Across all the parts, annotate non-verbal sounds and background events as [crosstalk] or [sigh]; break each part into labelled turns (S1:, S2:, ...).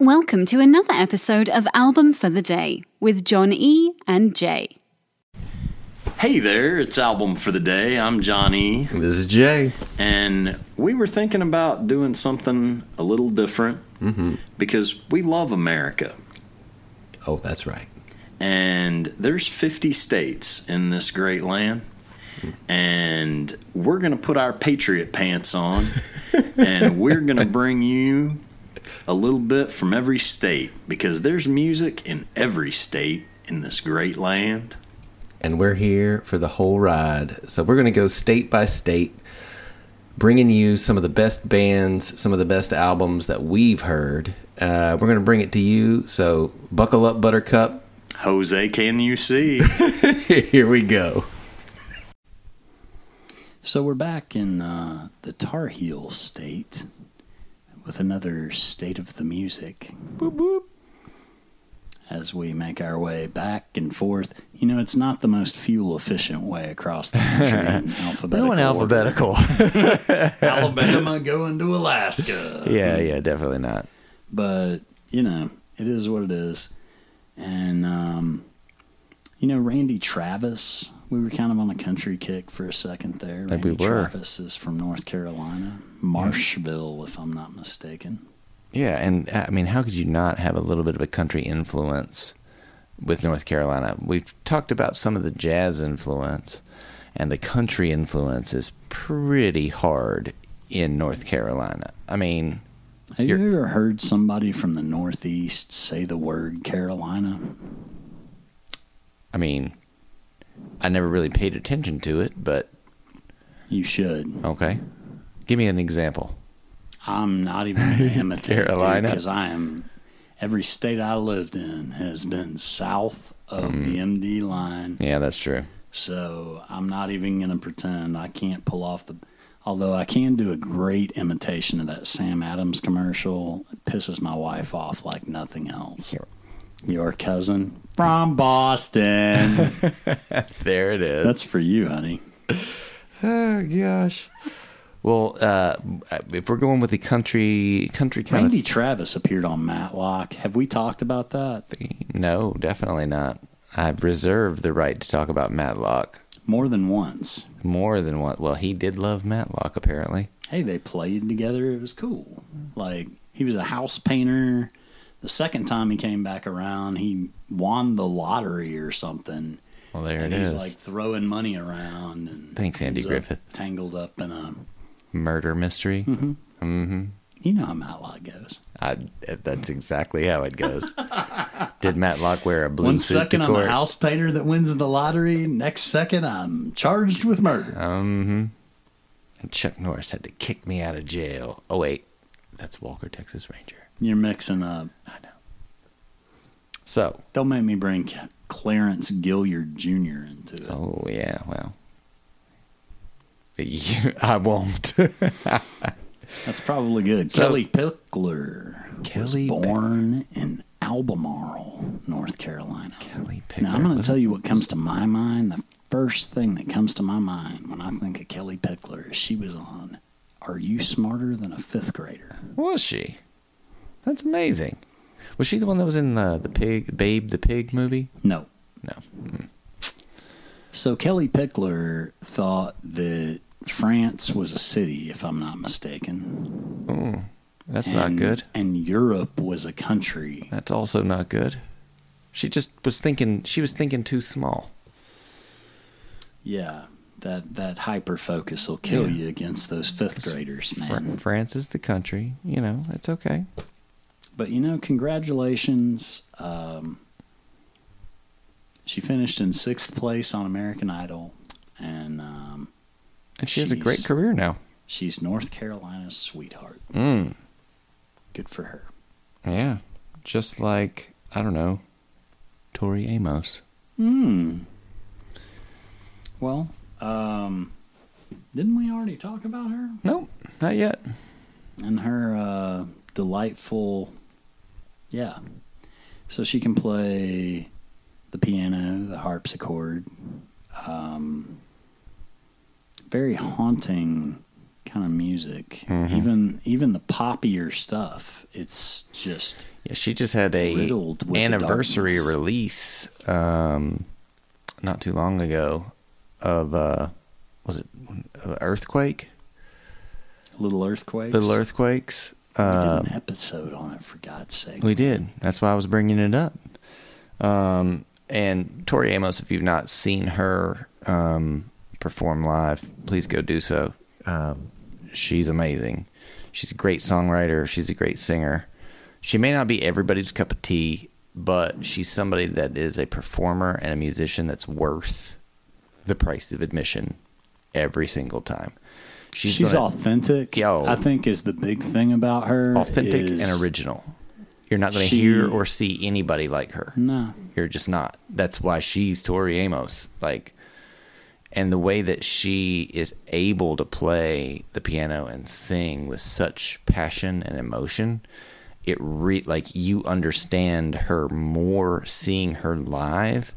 S1: Welcome to another episode of Album for the Day with John E. and Jay.
S2: Hey there, it's Album for the Day. I'm John E.
S3: This is Jay.
S2: And we were thinking about doing something a little different because we love America.
S3: Oh, that's right.
S2: And there's 50 states in this great land. And we're going to put our patriot pants on and we're going to bring you a little bit from every state because there's music in every state in this great land.
S3: And we're here for the whole ride. So we're going to go state by state, bringing you some of the best bands, some of the best albums that we've heard. Uh, we're going to bring it to you. So buckle up, Buttercup. [laughs]
S2: Jose, can you see?
S3: here we go.
S4: So we're back in uh, the Tar Heel state with another state of the music. As we make our way back and forth, you know, it's not the most fuel efficient way across the country in alphabetical.
S5: No in
S4: order.
S5: alphabetical.
S4: [laughs] Alabama going to Alaska.
S5: [laughs] yeah, yeah, definitely not.
S4: but you know it is what it is and um you know randy travis we were kind of on a country kick for a second there
S5: Like
S4: randy
S5: we were.
S4: travis is from north carolina marshville if i'm not mistaken
S5: Yeah, and uh, I mean, how could you not have a little bit of a country influence with North Carolina? We've talked about some of the jazz influence, and the country influence is pretty hard in North Carolina. I mean,
S4: have you
S5: You're-
S4: ever heard somebody from the northeast say the word carolina
S5: I mean, I never really paid attention to it, but
S4: you should
S5: okay. Give me an example.
S4: i'm not even gonna imitate dude,
S5: Carolina.
S4: because i am every state i lived in has been south of the md line
S5: Yeah, that's true.
S4: So I'm not even going to pretend I can't pull off the. Although I can do a great imitation of that Sam Adams commercial. It pisses my wife off like nothing else.
S5: Here.
S4: Your cousin from Boston.
S5: There it is.
S4: [laughs] That's for you, honey.
S5: Oh gosh. Well, uh, if we're going with the country, country kind
S4: Randy
S5: of
S4: Travis appeared on Matlock. Have we talked about that?
S5: thing, no, definitely not. I've reserved the right to talk about Matlock
S4: More than once.
S5: more than one. Well, he did love Matlock apparently.
S4: Hey, they played together. It was cool. Like, he was a house painter. The second time he came back around, he won the lottery or something.
S5: Well, there
S4: and
S5: it
S4: he's
S5: is.
S4: like throwing money around and
S5: Thanks, Andy
S4: ends up
S5: Griffith.
S4: tangled up in a
S5: Murder mystery.
S4: Mm-hmm. you know how Matlock goes
S5: I, that's exactly how it
S4: [laughs]
S5: goes. did Matlock wear a blue
S4: One
S5: suit
S4: second
S5: to
S4: i'm
S5: court?
S4: a house painter that wins the lottery next second i'm charged with murder
S5: Mm-hmm. And Chuck Norris had to kick me out of jail. Oh wait, that's Walker, Texas Ranger.
S4: you're mixing up i know
S5: So,
S4: don't make me bring clarence gilliard jr into it
S5: oh yeah, well, [laughs] I won't.
S4: that's probably good
S5: So-
S4: kelly pickler
S5: Kelly
S4: was born in albemarle north carolina
S5: Kelly Pickler.
S4: Now, I'm going to
S5: was-
S4: tell you what comes to my mind. The first thing that comes to my mind when I think of Kelly Pickler is she was on Are You Smarter Than a Fifth Grader?
S5: Was she? That's amazing. Was she the one that was in the, the pig, Babe the Pig movie?
S4: No.
S5: No.
S4: So, Kelly Pickler thought that France was a city, if I'm not mistaken.
S5: That's not
S4: And-
S5: good.
S4: And Europe was a country.
S5: That's also not good. She just was thinking, she was thinking too small.
S4: Yeah. That, that hyper focus will kill you against those fifth graders,
S5: Fr-
S4: man.
S5: France is the country. You know, it's okay.
S4: But you know, congratulations. Um, she finished in sixth place on American Idol, and um,
S5: And she has a great
S4: She's-
S5: career now.
S4: she's North Carolina's sweetheart.
S5: Mm.
S4: Good for her.
S5: Yeah. Just like, I don't know, Tori Amos.
S4: Hmm. Well, um, didn't we already talk about her
S5: Nope, not yet.
S4: and her uh, delightful? Yeah. So she can play the piano, the harpsichord, um, very haunting kind of music.
S5: Mm-hmm.
S4: Even even the poppier stuff, it's just
S5: Yeah, she just had a
S4: Riddled with the
S5: anniversary
S4: darkness.
S5: release um, not too long ago of uh, was it uh, earthquake?
S4: little earthquakes.
S5: Little earthquakes.
S4: We
S5: Uh,
S4: did an episode on it for God's sake.
S5: we did. That's why I was bringing it up. Um, and Tori Amos, if you've not seen her um, perform live, please go do so. Um, she's amazing. She's a great songwriter. She's a great singer. She may not be everybody's cup of tea, but she's somebody that is a performer and a musician that's worth the price of admission every single time.
S4: She's,
S5: gonna-
S4: authentic.
S5: Yo.
S4: I think is the big thing about her.
S5: authentic
S4: is-
S5: and original. You're not going to
S4: She-
S5: hear or see anybody like her.
S4: No,
S5: You're just not. That's why she's Tori Amos. Like, and the way that she is able to play the piano and sing with such passion and emotion, it re like you understand her more seeing her live,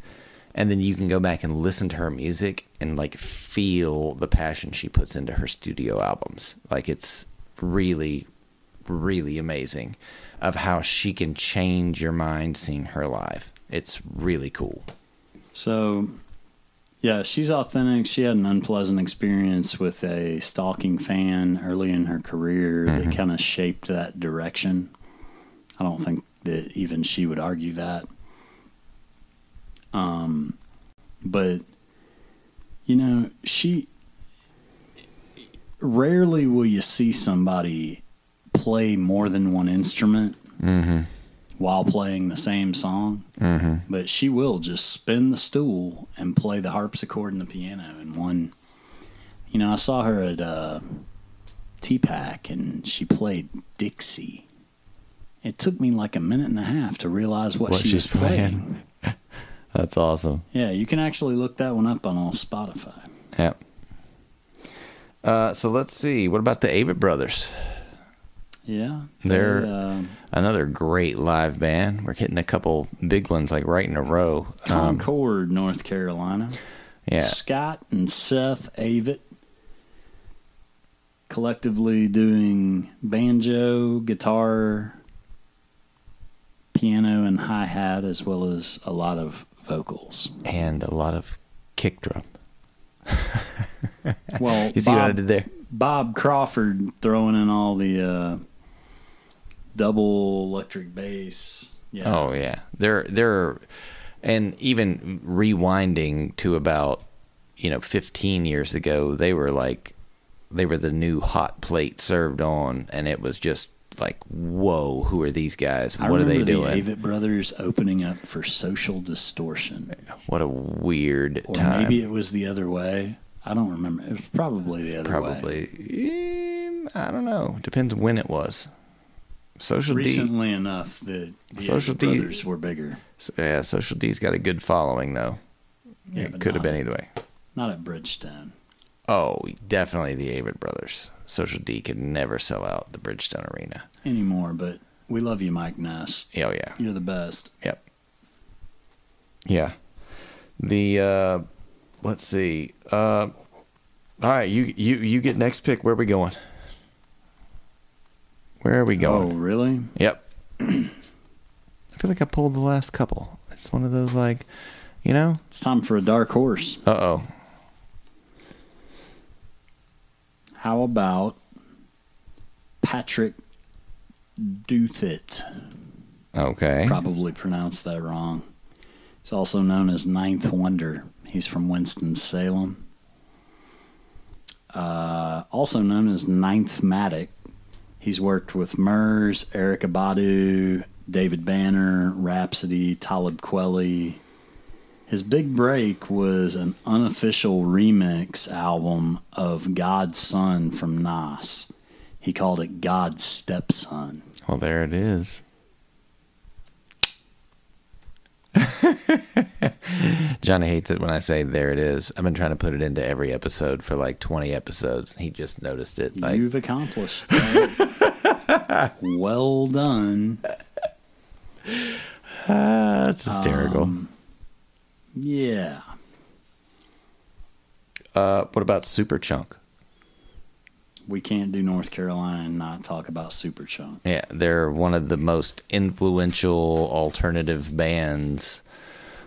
S5: and then you can go back and listen to her music and like feel the passion she puts into her studio albums. Like it's really, really amazing of how she can change your mind seeing her live. It's really cool.
S4: So, yeah, she's authentic. She had an unpleasant experience with a stalking fan early in her career that kind of shaped that direction. I don't think that even she would argue that. Um, but you know, she rarely will you see somebody play more than one instrument
S5: Mm-hmm.
S4: while playing the same song but she will just spin the stool and play the harpsichord and the piano in one. You know, I saw her at uh, T-Pack and she played Dixie. It took me like a minute and a half to realize what,
S5: What
S4: she was
S5: she's playing.
S4: playing.
S5: That's awesome.
S4: Yeah, you can actually look that one up on all Spotify.
S5: Yeah. Uh, so let's see. What about the Avett Brothers?
S4: Yeah,
S5: They're- um,
S4: they, uh,
S5: Another great live band. We're hitting a couple big ones like right in a row. Um,
S4: Concord, North Carolina.
S5: yeah.
S4: Scott and Seth Avett collectively doing banjo, guitar, piano, and hi hat, as well as a lot of vocals.
S5: [laughs] And a lot of kick drum.
S4: Well,
S5: You see what I
S4: Bob,
S5: did there?
S4: Bob Crawford throwing in all the uh, double electric bass. Yeah.
S5: Oh yeah, they're they're, and even rewinding to about you know 15 years ago, they were like they were the new hot plate served on, and it was just like whoa, who are these guys?
S4: I
S5: What are they
S4: remember
S5: doing?
S4: The Avett Brothers opening up for Social Distortion.
S5: what a weird
S4: Or
S5: time.
S4: maybe it was the other way. I don't remember. It was probably the other way.
S5: Probably, eh, I don't know. Depends when it was. Social D,
S4: recently enough that the
S5: Social
S4: Social
S5: D-
S4: brothers were bigger.
S5: yeah, Social D's got a good following though.
S4: Yeah,
S5: it
S4: but
S5: could have
S4: not-
S5: been either way.
S4: Not at Bridgestone.
S5: Oh, definitely the Avett brothers. Social D could never sell out the Bridgestone Arena.
S4: anymore, but we love you, Mike Ness.
S5: Oh yeah,
S4: You're the best.
S5: yep, yeah. The uh, let's see. Uh, all right, you you you get next pick. Where are we going? Where are we
S4: Oh,
S5: going?
S4: really?
S5: Yep. [clears throat] I feel like I pulled the last couple. It's one of those like, you know.
S4: It's time for a dark horse.
S5: Uh oh.
S4: How about Patrick Douthat?
S5: Okay.
S4: Probably pronounced that wrong. It's also known as Ninth Wonder. He's from Winston-Salem. Uh, also known as Ninth Matic. He's worked with Murs, Eric Abadu, David Banner, Rhapsody, Talib Kweli. His big break was an unofficial remix album of God's Son from Nas. He called it God's Stepson.
S5: Well, there it is. [laughs] Johnny hates it when I say there it is. I've been trying to put it into every episode for like 20 episodes. He just noticed it. Like,
S4: You've accomplished. that. well done.
S5: ah, that's hysterical.
S4: Yeah.
S5: uh, what about Superchunk?
S4: We can't do North Carolina and not talk about Superchunk.
S5: Yeah, they're one of the most influential alternative bands,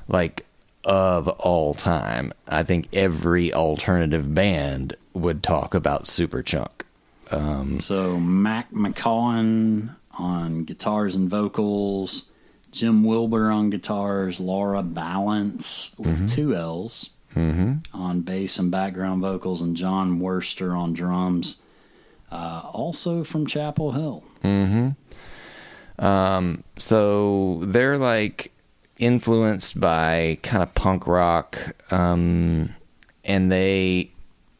S5: like of all time. I think every alternative band would talk about Superchunk.
S4: So Mac McCawn on guitars and vocals, Jim Wilbur on guitars, Laura Balance with two L's on bass and background vocals, and John Worster on drums. Uh, also from Chapel Hill.
S5: so they're like influenced by kind of punk rock um and they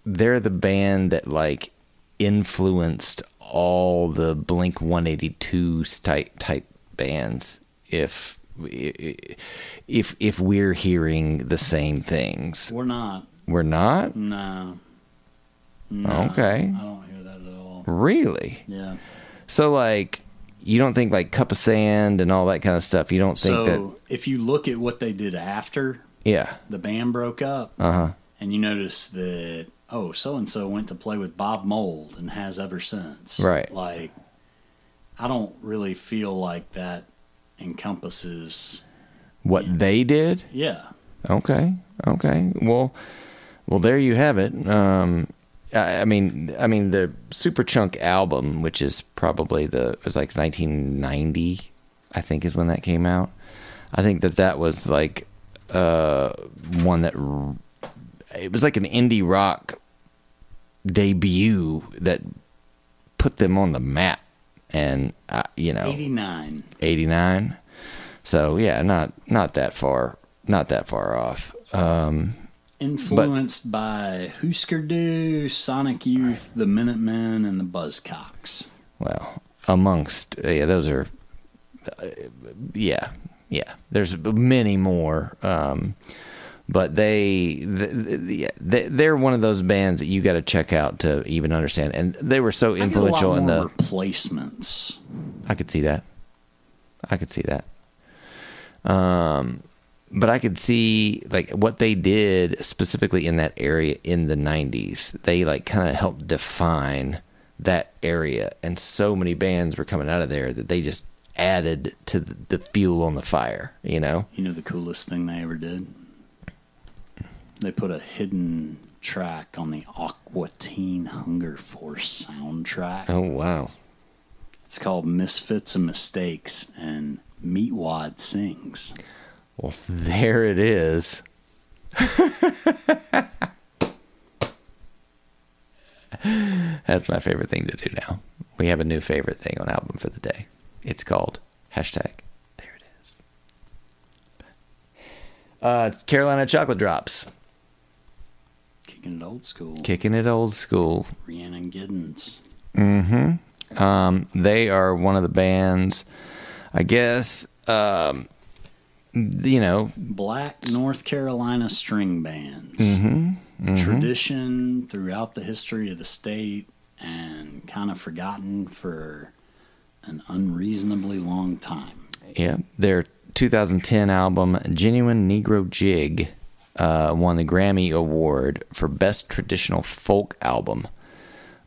S5: they're the band that like influenced all the blink 182 type type bands if if if we're hearing the same things
S4: We're not.
S5: we're not
S4: No,
S5: okay
S4: I don't hear that at all.
S5: really
S4: Yeah.
S5: so like you don't think like cup of sand and all that kind of stuff you don't think
S4: So
S5: that
S4: if you look at what they did after
S5: yeah uh-huh.
S4: the band broke up, and you notice that oh, so and so went to play with Bob Mold and has ever since.
S5: Right.
S4: Like, I don't really feel like that encompasses.
S5: what they did
S4: Yeah,
S5: Okay. Okay. Well, well, there you have it. Um, I, I mean, I mean the Superchunk album, which is probably the it was like 1990, I think is when that came out. I think that that was like uh one that r- it was like an indie rock debut that put them on the map, and uh, you know,
S4: eighty nine.
S5: 89 so yeah not not that far not that far off um
S4: Influenced by Husker Du, Sonic Youth, the Minutemen, and the Buzzcocks.
S5: well amongst yeah those are uh, yeah yeah there's many more um but they, th th- yeah, they they're one of those bands that you got to check out to even understand and they were so
S4: I get a lot
S5: influential in
S4: more
S5: the
S4: replacements.
S5: I could see that. I could see that. Um, but I could see like what they did specifically in that area in the '90s. They like kind of helped define that area, and so many bands were coming out of there that they just added to the the fuel on the fire. You know?
S4: You know the coolest thing they ever did? They put a hidden track on the Aqua Teen Hunger Force soundtrack.
S5: wow!
S4: It's called Misfits and Mistakes, and Meatwad sings.
S5: Well, [laughs] there it is. [laughs] That's my favorite thing to do now. We have a new favorite thing on album for the day. It's called hashtag. There it is. Uh, Carolina Chocolate Drops,
S4: Kicking it old school.
S5: kicking it old school.
S4: Rhiannon Giddens.
S5: Um, they are one of the bands, I guess. Um, you know,
S4: Black North Carolina string bands. Tradition throughout the history of the state and kind of forgotten for an unreasonably long time.
S5: Yeah, their 2010 album "Genuine Negro Jig" uh, won the Grammy Award for Best Traditional Folk Album,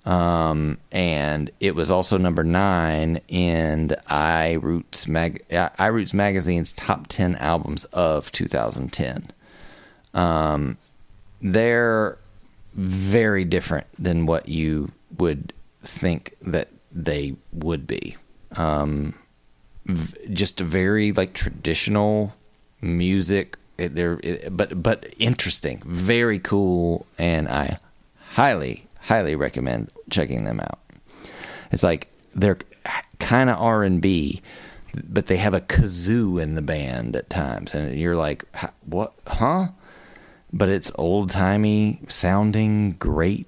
S5: um, and it was also number nine in the iRoots mag uh, iRoots magazine's top 10 albums of 2010. Um, they're very different than what you would think that they would be v- just a very like traditional music It- they're it- but but interesting very cool and i highly highly recommend checking them out it's like they're kind of r&b but they have a kazoo in the band at times and you're like "Huh, what huh but it's old-timey sounding great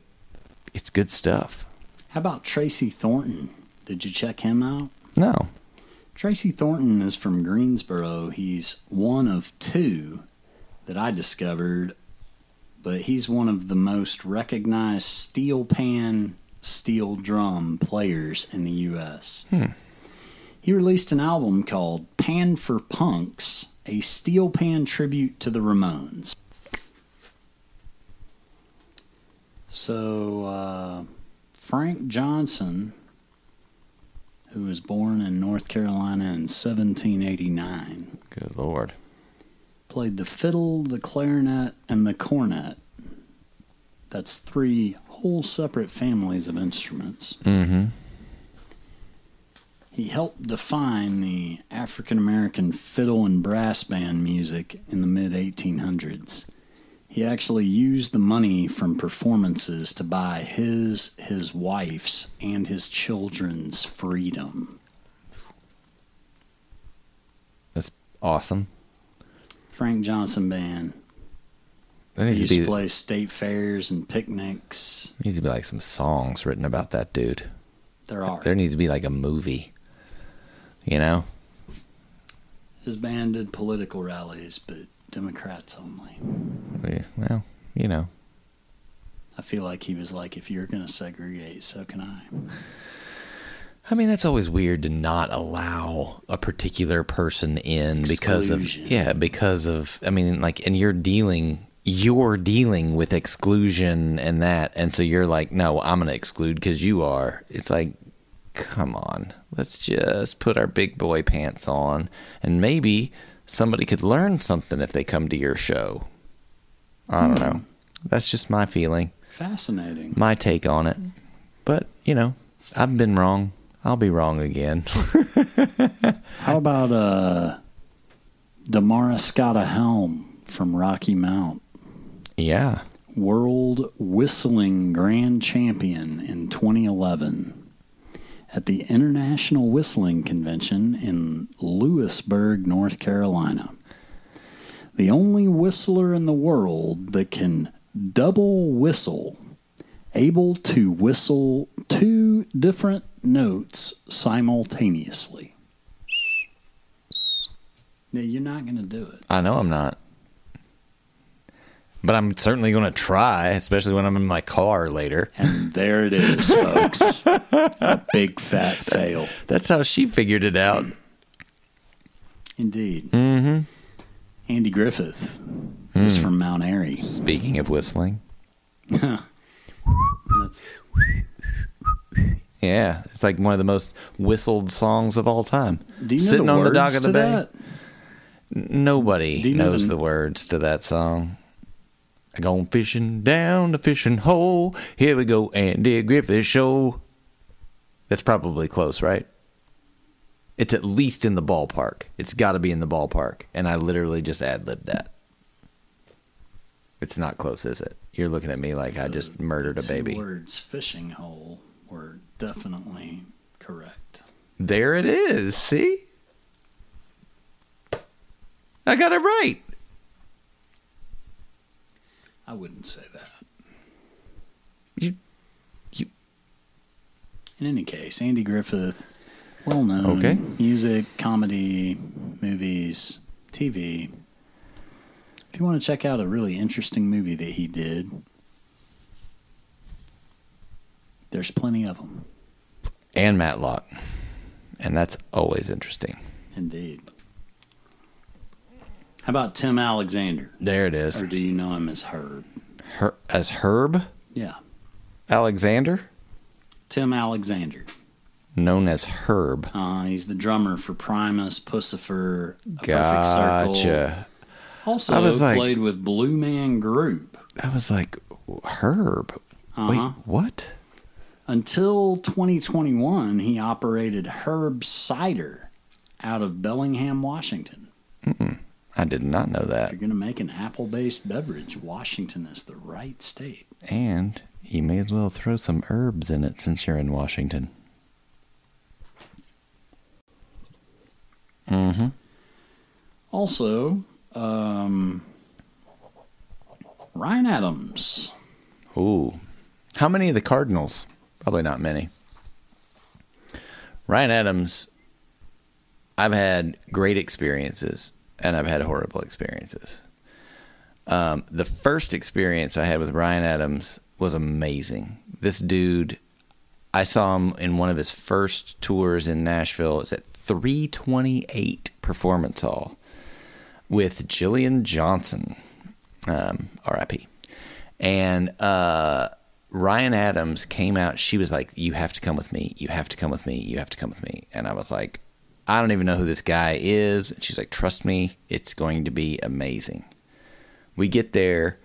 S5: it's good stuff
S4: How about Tracy Thornton? Did you check him out?
S5: no
S4: Tracy Thornton is from Greensboro. He's one of two that I discovered, but he's one of the most recognized steel pan, steel drum players in the U.S. He released an album called Pan for Punks, a steel pan tribute to the Ramones. So, uh, Frank Johnson, who was born in North Carolina in 1789,
S5: Good lord.
S4: played the fiddle, the clarinet, and the cornet. That's three whole separate families of instruments.
S5: Mm-hmm.
S4: He helped define the African American fiddle and brass band music in the mid 1800s. He actually used the money from performances to buy his, his wife's, and his children's freedom.
S5: Awesome.
S4: Frank Johnson Band.
S5: There
S4: He
S5: needs
S4: used
S5: to
S4: to
S5: be
S4: play state fairs and picnics.
S5: needs to be like some songs written about that dude.
S4: There are.
S5: There needs to be like a movie. You know?
S4: His band did political rallies, but Democrats only.
S5: Yeah, Well, you know.
S4: I feel like he was like, if you're going to segregate, so can I.
S5: I mean, that's always weird to not allow a particular person in because of
S4: Exclusion.
S5: yeah, because of I mean, like, and you're dealing you're dealing with exclusion and that, and so you're like, no, I'm gonna exclude because you are. It's like, come on, let's just put our big boy pants on, and maybe somebody could learn something if they come to your show. I don't know. That's just my feeling
S4: Fascinating.
S5: my take on it. But, you know, I've been wrong. I'll be wrong again. [laughs]
S4: How about uh, Damara Scotta Helm from Rocky Mount,
S5: yeah.
S4: world whistling grand champion in 2011 at the International Whistling Convention in Lewisburg, North Carolina? The only whistler in the world that can double whistle, able to whistle two different notes simultaneously. Yeah, you're not going to do it.
S5: I know I'm not. But I'm certainly going to try, especially when I'm in my car later.
S4: And there it is, folks. A big fat fail.
S5: That's how she figured it out.
S4: Indeed. Mm-hmm. Andy Griffith is
S5: Hmm.
S4: from Mount Airy.
S5: Speaking of whistling.
S4: That's-
S5: Yeah, it's like one of the most whistled songs of all time.
S4: do you know
S5: Sitting
S4: the
S5: on
S4: words
S5: the dock of the
S4: to
S5: bay.
S4: that?
S5: Nobody
S4: Do you know
S5: knows
S4: the-
S5: the words to that song. I gone fishing down the fishing hole. Here we go, Andy Griffith show. That's probably close, right? It's at least in the ballpark. It's got to be in the ballpark. And I literally just ad libbed that. It's not close, is it? You're looking at me like I just
S4: Uh,
S5: murdered a
S4: Two
S5: baby.
S4: words fishing hole were definitely correct.
S5: There it is. See? I got it right.
S4: I wouldn't say that.
S5: You- you-
S4: In any case, Andy Griffith, well known.
S5: Okay.
S4: Music, comedy, movies, TV. If you want to check out a really interesting movie that he did, there's plenty of them.
S5: and Matlock. And that's always interesting.
S4: Indeed. How about Tim Alexander?
S5: There it is.
S4: Or do you know him as Herb?
S5: Her- as Herb
S4: Yeah.
S5: Alexander,
S4: Tim Alexander.
S5: known as Herb.
S4: Uh, he's the drummer for Primus, Pussifer, A Perfect Circle.
S5: Gotcha.
S4: Also
S5: I was like-
S4: played with Blue Man Group.
S5: I was like, Herb?
S4: Uh-huh.
S5: Wait, what?
S4: Until 2021, he operated Herb Cider out of Bellingham, Washington.
S5: I did not know
S4: If
S5: that.
S4: you're going to make an apple based beverage, Washington is the right state.
S5: And you may as well throw some herbs in it since you're in Washington.
S4: Also, um, Ryan Adams.
S5: Ooh. How many of the Cardinals? Probably not many. Ryan Adams, I've had great experiences and I've had horrible experiences. Um, the first experience I had with Ryan Adams was amazing. This dude, I saw him in one of his first tours in Nashville. It's at 328 Performance Hall with Jillian Johnson, um, RIP. And uh, Ryan Adams came out. She was like, "You have to come with me. You have to come with me. You have to come with me." And I was like, "I don't even know who this guy is." And she's like, "Trust me, it's going to be amazing." We get there,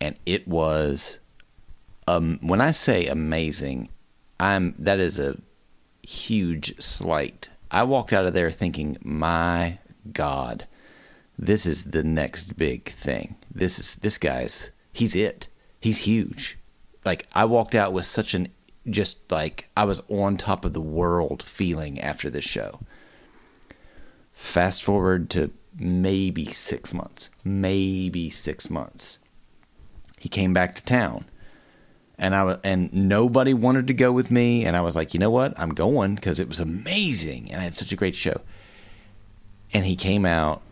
S5: and it was, um, when I say amazing, I'm that is a huge slight. I walked out of there thinking, "My God, this is the next big thing. This is this guy's. He's it. He's huge." like I walked out with such an just like I was on top of the world feeling after this show. Fast forward to maybe six months, maybe six months. He came back to town, and I was, and nobody wanted to go with me, and I was like, you know what, I'm going because it was amazing, and I had such a great show. And he came out,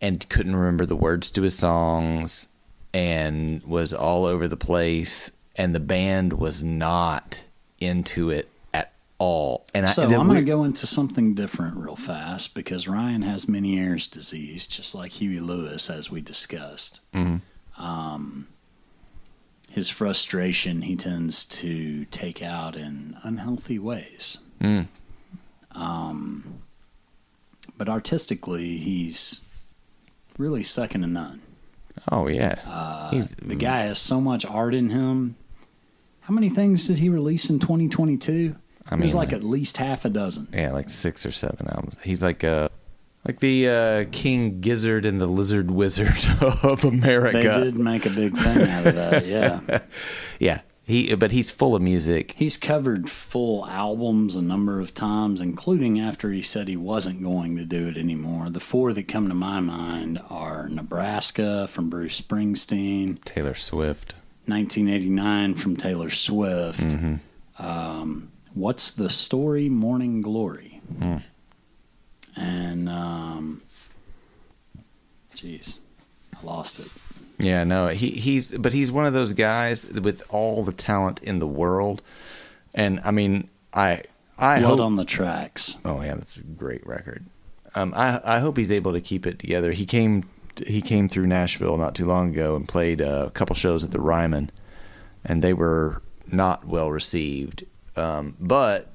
S5: and couldn't remember the words to his songs and was all over the place and the band was not into it at all and
S4: So
S5: I,
S4: I'm
S5: then
S4: going to
S5: we-
S4: go into something different real fast because Ryan has Meniere's disease, just like Huey Lewis, as we discussed. Um,
S5: Mm-hmm.
S4: his frustration he tends to take out in unhealthy ways. Um,
S5: Mm.
S4: but artistically, he's really second to none.
S5: oh yeah he's
S4: Uh, The guy has so much art in him. How many things did he release in 2022?
S5: I
S4: it was
S5: mean,
S4: like
S5: uh,
S4: at least half a dozen.
S5: yeah like six or seven albums he's like uh like the uh king gizzard and the lizard wizard [laughs] of america
S4: They did make a big thing out of that, yeah.
S5: yeah he but he's full of music
S4: He's covered full albums a number of times, including after he said he wasn't going to do it anymore. The four that come to my mind are Nebraska from Bruce Springsteen,
S5: taylor swift
S4: 1989 from Taylor Swift, um,
S5: Mm-hmm.
S4: What's the Story, Morning Glory,
S5: Mm.
S4: and, um, geez, I lost it.
S5: Yeah, no, he he's but he's one of those guys with all the talent in the world, and I mean, I I
S4: Blood
S5: hope.
S4: on the Tracks.
S5: oh yeah, that's a great record. Um, I I hope he's able to keep it together. He came he came through Nashville not too long ago and played uh, a couple shows at the Ryman, and they were not well received. Um, but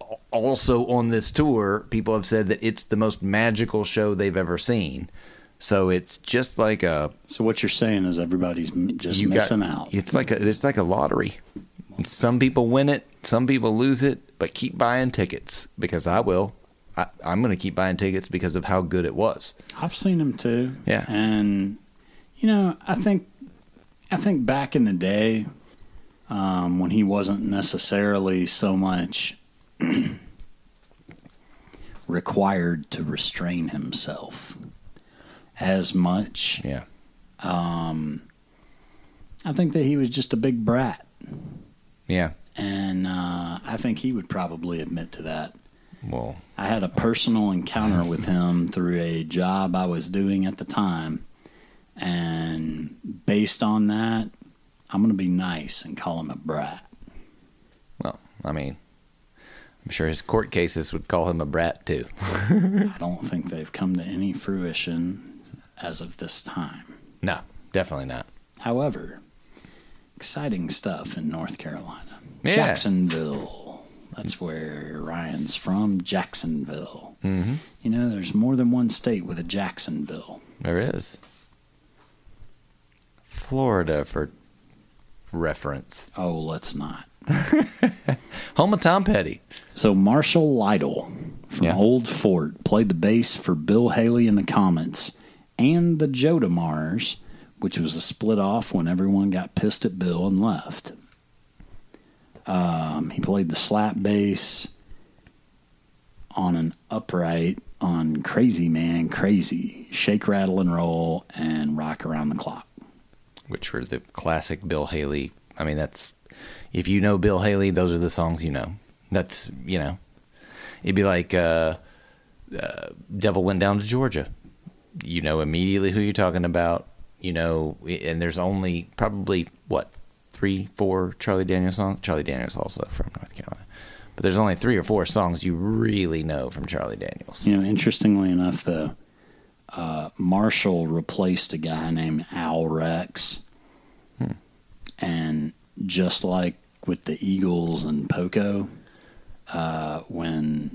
S5: al- also on this tour, people have said that it's the most magical show they've ever seen. So it's just like a
S4: So what you're saying is everybody's m- just
S5: got-
S4: missing out.
S5: It's like a it's like a lottery. Some people win it, some people lose it, but keep buying tickets because I will. I, I'm going to keep buying tickets because of how good it was.
S4: I've seen him too.
S5: Yeah.
S4: And you know, I think I think back in the day, um, when he wasn't necessarily so much [clears throat] required to restrain himself as much.
S5: Yeah,
S4: I think that he was just a big brat.
S5: yeah.
S4: And uh, I think he would probably admit to that.
S5: Well,
S4: I had a personal encounter with him through a job I was doing at the time. And based on that, I'm going to be nice and call him a brat.
S5: well. I mean, I'm sure his court cases would call him a brat too.
S4: I don't think they've come to any fruition as of this time.
S5: No, definitely not.
S4: However, exciting stuff in North Carolina.
S5: Yeah.
S4: Jacksonville. That's where Ryan's from, Jacksonville. Mm-hmm. You know, there's more than one state with a Jacksonville.
S5: There is Florida for reference.
S4: Oh, let's not.
S5: Home of Tom Petty.
S4: So Marshall Lytle from
S5: Yeah.
S4: Old Fort played the bass for Bill Haley and the Comets and the Jodamars, which was a split off when everyone got pissed at Bill and left. Um, he played the slap bass on an upright on Crazy Man Crazy, Shake Rattle and Roll, and Rock Around the Clock.
S5: which were the classic Bill Haley. I mean, that's if you know Bill Haley, those are the songs you know. That's you know, it'd be like uh, uh, "Devil Went Down to Georgia." You know immediately who you're talking about. You know, and there's only probably what three, four Charlie Daniels songs. Charlie Daniels also from North Carolina, but there's only three or four songs you really know from Charlie Daniels.
S4: You know, interestingly enough, though, uh, Marshall replaced a guy named Al Rex And just like with the Eagles and Poco, uh, when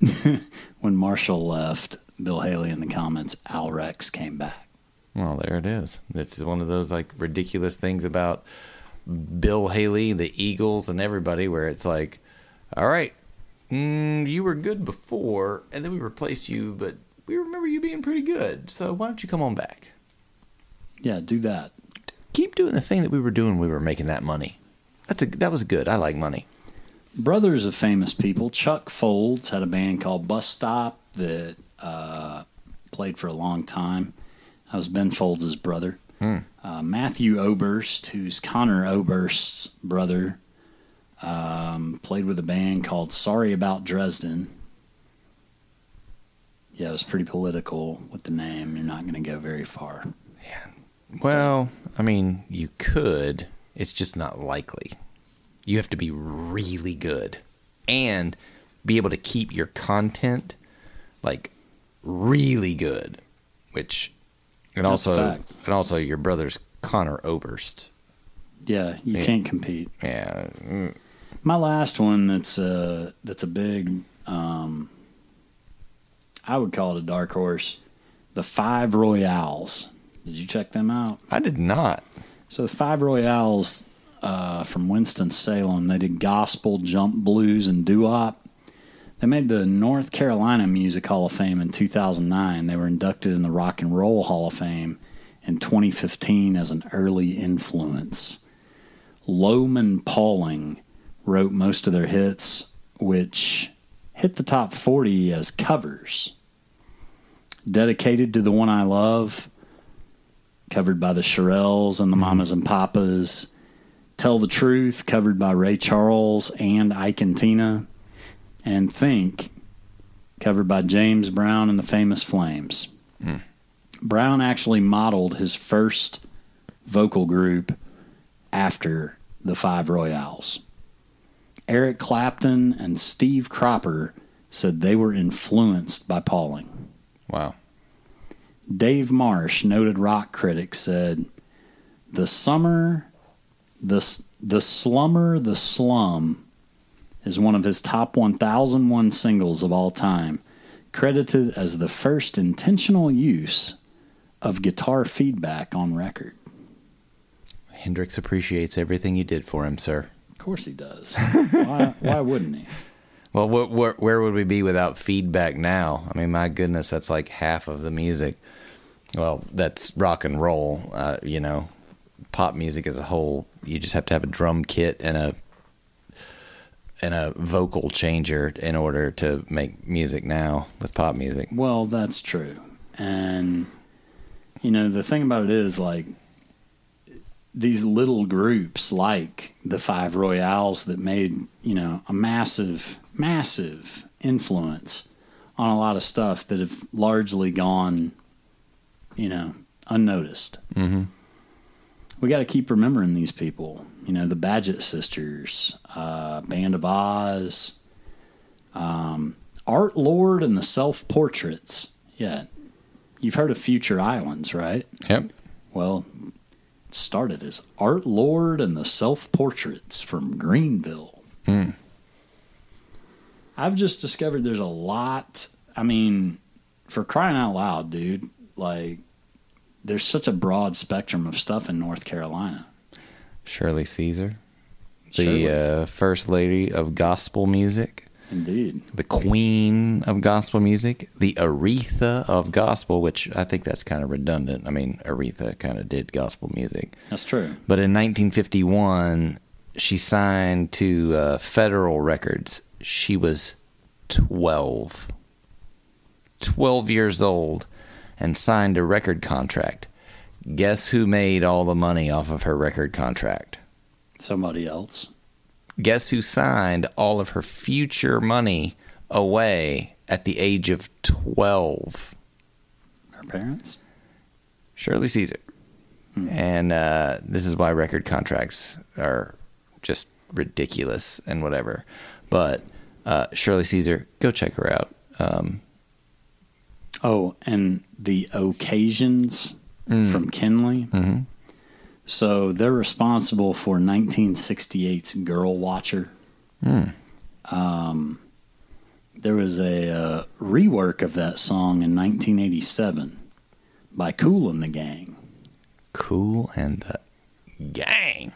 S4: [laughs] when Marshall left, Bill Haley in the comments, Al Rex came back.
S5: Well, there it is. It's one of those like ridiculous things about Bill Haley, the Eagles, and everybody, where it's like, all right, mm, you were good before, and then we replaced you, but we remember you being pretty good. So why don't you come on back?
S4: Yeah, do that.
S5: Keep doing the thing that we were doing. when We were making that money. That's a that was good. I like money.
S4: Brothers of famous people, Chuck Folds had a band called Bus Stop that uh, played for a long time. That was Ben Folds' brother. Uh, Matthew Oberst, who's Connor Oberst's brother, um, played with a band called Sorry About Dresden. Yeah, it was pretty political with the name. You're not going to go very far.
S5: Well, I mean, you could. It's just not likely. You have to be really good and be able to keep your content like really good, which and
S4: That's a
S5: also
S4: fact.
S5: and also your brother's Connor Oberst.
S4: Yeah, you
S5: Yeah.
S4: can't compete.
S5: Yeah, mm,
S4: My last one that's a that's a big um I would call it a dark horse. The Five Royales. Did you check them out?
S5: I did not.
S4: So the Five Royales uh, from Winston Salem, they did gospel, jump blues, and doo-wop. They made the North Carolina Music Hall of Fame in 2009. They were inducted in the Rock and Roll Hall of Fame in 2015 as an early influence. Loman Pauling wrote most of their hits, which hit the top 40 as covers. Dedicated to the one I love, covered by the Shirelles and the Mamas and Papas. Tell the Truth, covered by Ray Charles and Ike and Tina. And Think, covered by James Brown and the Famous Flames. Brown actually modeled his first vocal group after the Five Royales. Eric Clapton and Steve Cropper said they were influenced by Pauling.
S5: Wow.
S4: Dave Marsh, noted rock critic, said, "The summer, the s- the slummer, the slum, is one of his top 1,001 singles of all time, credited as the first intentional use of guitar feedback on record."
S5: Hendrix appreciates everything you did for him, sir.
S4: Of course, he does. why, why wouldn't he?
S5: Well, wh- wh- where would we be without feedback now? I mean, my goodness, that's like half of the music. Well, that's rock and roll, uh, you know. Pop music as a whole, you just have to have a drum kit and a and a vocal changer in order to make music now with pop music.
S4: Well, that's true. And you know, the thing about it is like these little groups like the Five Royales that made, you know, a massive massive influence on a lot of stuff that have largely gone you know, unnoticed. Mm-hmm. We got to keep remembering these people. You know, the Badgett sisters, uh, Band of Oz, um, Art Lord, and the self portraits. Yeah. You've heard of Future Islands, right?
S5: Yep.
S4: Well, it started as Art Lord and the Self Portraits from Greenville. I've just discovered there's a lot. I mean, for crying out loud, dude, like, there's such a broad spectrum of stuff in North Carolina.
S5: Shirley Caesar,
S4: Surely.
S5: the uh, first lady of gospel music.
S4: Indeed.
S5: the queen of gospel music, the Aretha of gospel, which I think that's kind of redundant. I mean, Aretha kind of did gospel music.
S4: That's true.
S5: But in 1951, she signed to uh, Federal Records. She was 12. 12 years old and signed a record contract. Guess who made all the money off of her record contract?
S4: Somebody else.
S5: guess who signed all of her future money away at the age of 12?
S4: Her parents?
S5: Shirley Caesar. And uh, this is why record contracts are just ridiculous and whatever. But uh, Shirley Caesar, go check her out. Um, Mm. Mm-hmm.
S4: Oh, and the Occasions from Kinley. So they're responsible for 1968's Girl Watcher.
S5: Mm.
S4: Um, there was a uh, rework of that song in 1987 by Cool and the Gang.
S5: Cool and the gang.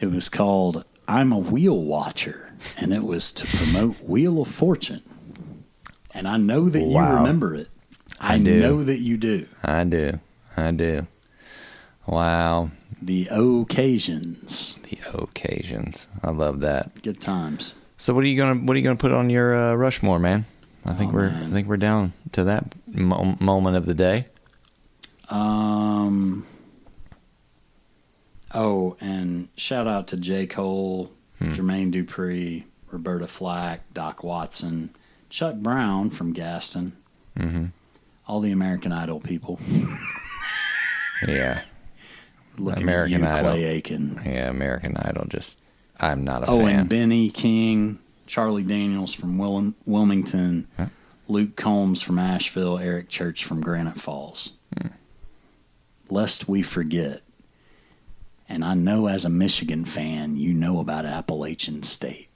S4: It was called I'm a Wheel Watcher, and it was to promote Wheel of Fortune. And I know that you
S5: Wow.
S4: remember it. I,
S5: do.
S4: know that you do.
S5: I do. I do. Wow.
S4: The occasions.
S5: The occasions. I love that.
S4: Good times.
S5: So what are you gonna what are you gonna put on your uh, Rushmore, man? I think
S4: Oh,
S5: we're
S4: man.
S5: I think we're down to that mo- moment of the day.
S4: Um. Oh, and shout out to J. Cole,
S5: Hmm.
S4: Jermaine Dupri, Roberta Flack, Doc Watson, Chuck Brown from Gaston,
S5: Mm-hmm.
S4: all the American Idol people.
S5: Yeah,
S4: Looking
S5: American
S4: at you,
S5: Idol.
S4: Clay Aiken.
S5: yeah. American Idol. Just I'm not a
S4: Oh,
S5: fan.
S4: and Benny King, Charlie Daniels from Wil- Wilmington, Luke Combs from Asheville, Eric Church from Granite Falls.
S5: Hmm.
S4: Lest we forget, and I know as a Michigan fan, you know about Appalachian State.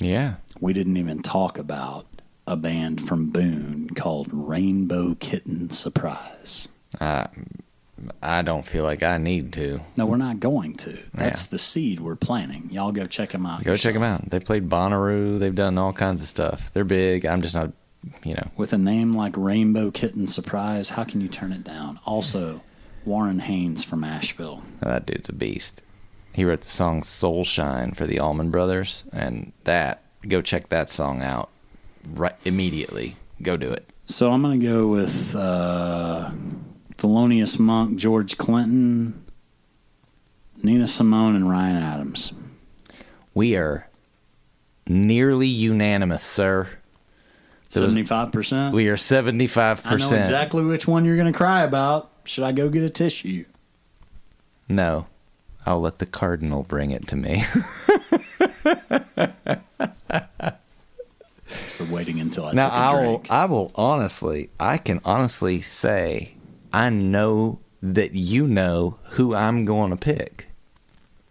S5: yeah.
S4: We didn't even talk about a band from Boone called Rainbow Kitten Surprise.
S5: I don't feel like I need to
S4: No, we're not going to. That's the seed we're planting. Y'all go check them out.
S5: go check them out. They played Bonnaroo. They've done all kinds of stuff. They're big. I'm just not. You know.
S4: With a name like Rainbow Kitten Surprise, how can you turn it down? Also, Warren Haynes from Asheville.
S5: That dude's a beast. He wrote the song Soul Shine for the Allman Brothers, and that go check that song out right immediately. Go do it.
S4: So I'm going to go with uh, Thelonious Monk, George Clinton, Nina Simone, and Ryan Adams.
S5: We are nearly unanimous, sir. There was-
S4: 75%?
S5: We are seventy-five
S4: I know
S5: percent.
S4: exactly which one you're going to cry about. Should I go get a tissue?
S5: No, I'll let the cardinal bring it to me.
S4: For waiting until
S5: [laughs]
S4: I
S5: now
S4: take a
S5: I will.
S4: drink.
S5: I will honestly. I can honestly say I know that you know who I'm going to pick.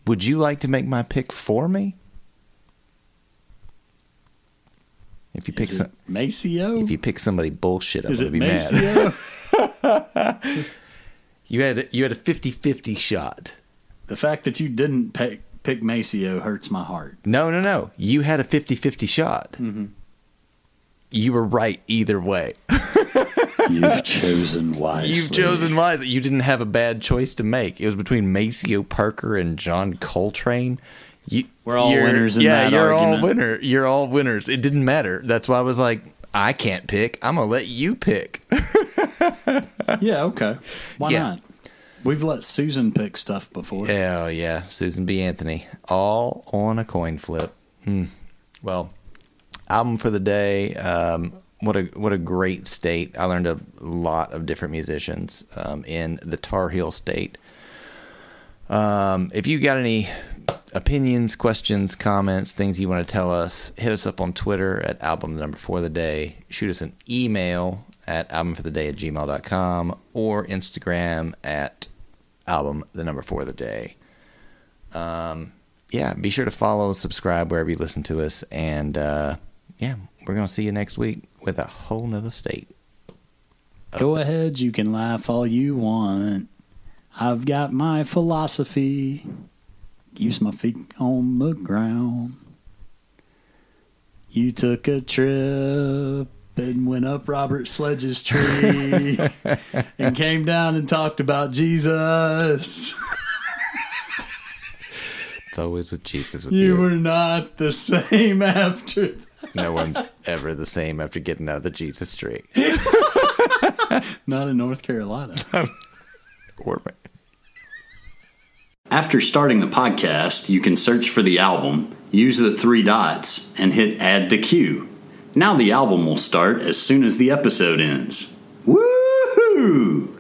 S5: Would you like to make my pick for me? If you pick
S4: Is it
S5: some,
S4: Maceo?
S5: if you pick somebody bullshit, I'm
S4: Is
S5: gonna
S4: it
S5: be mad. [laughs]
S4: Maceo?
S5: You had you had a 50-50 shot.
S4: the fact that you didn't pick, pick Maceo hurts my heart.
S5: No, no, no. You had a 50-50 shot.
S4: Mm-hmm.
S5: You were right either way.
S4: You've chosen wisely.
S5: You've chosen wisely. You didn't have a bad choice to make. It was between Maceo Parker and John Coltrane. You,
S4: We're all
S5: you're-
S4: winners in
S5: yeah,
S4: that
S5: you're
S4: argument.
S5: all winner. You're all winners. It didn't matter. That's why I was like, I can't pick. I'm gonna let you pick.
S4: Yeah, okay. Why
S5: Yeah.
S4: not? We've let Susan pick stuff before.
S5: Hell yeah, Susan B. Anthony, all on a coin flip. Hmm. Well, album for the day. Um, what a what a great state! I learned a lot of different musicians um, in the Tar Heel state. Um, if you got any opinions, questions, comments, things you want to tell us, hit us up on Twitter at album number for the day. Shoot us an email at albumfortheday at gmail.com or Instagram at album the number for the day. Um, yeah, be sure to follow, subscribe wherever you listen to us. And uh, yeah, we're going to see you next week with a whole nother state.
S4: Go ahead, you can laugh all you want. I've got my philosophy. Keeps my feet on the ground. You took a trip and went up Robert
S5: [laughs]
S4: Sledge's tree and came down and talked about Jesus.
S5: It's always with Jesus with you.
S4: You were not the same [laughs] after that.
S5: No one's ever the same after getting out of the Jesus tree.
S4: Not in North Carolina.
S5: Or
S4: After starting the podcast, you can search for the album, use the three dots, and hit add to queue. Now the album will start as soon as the episode ends. Woohoo!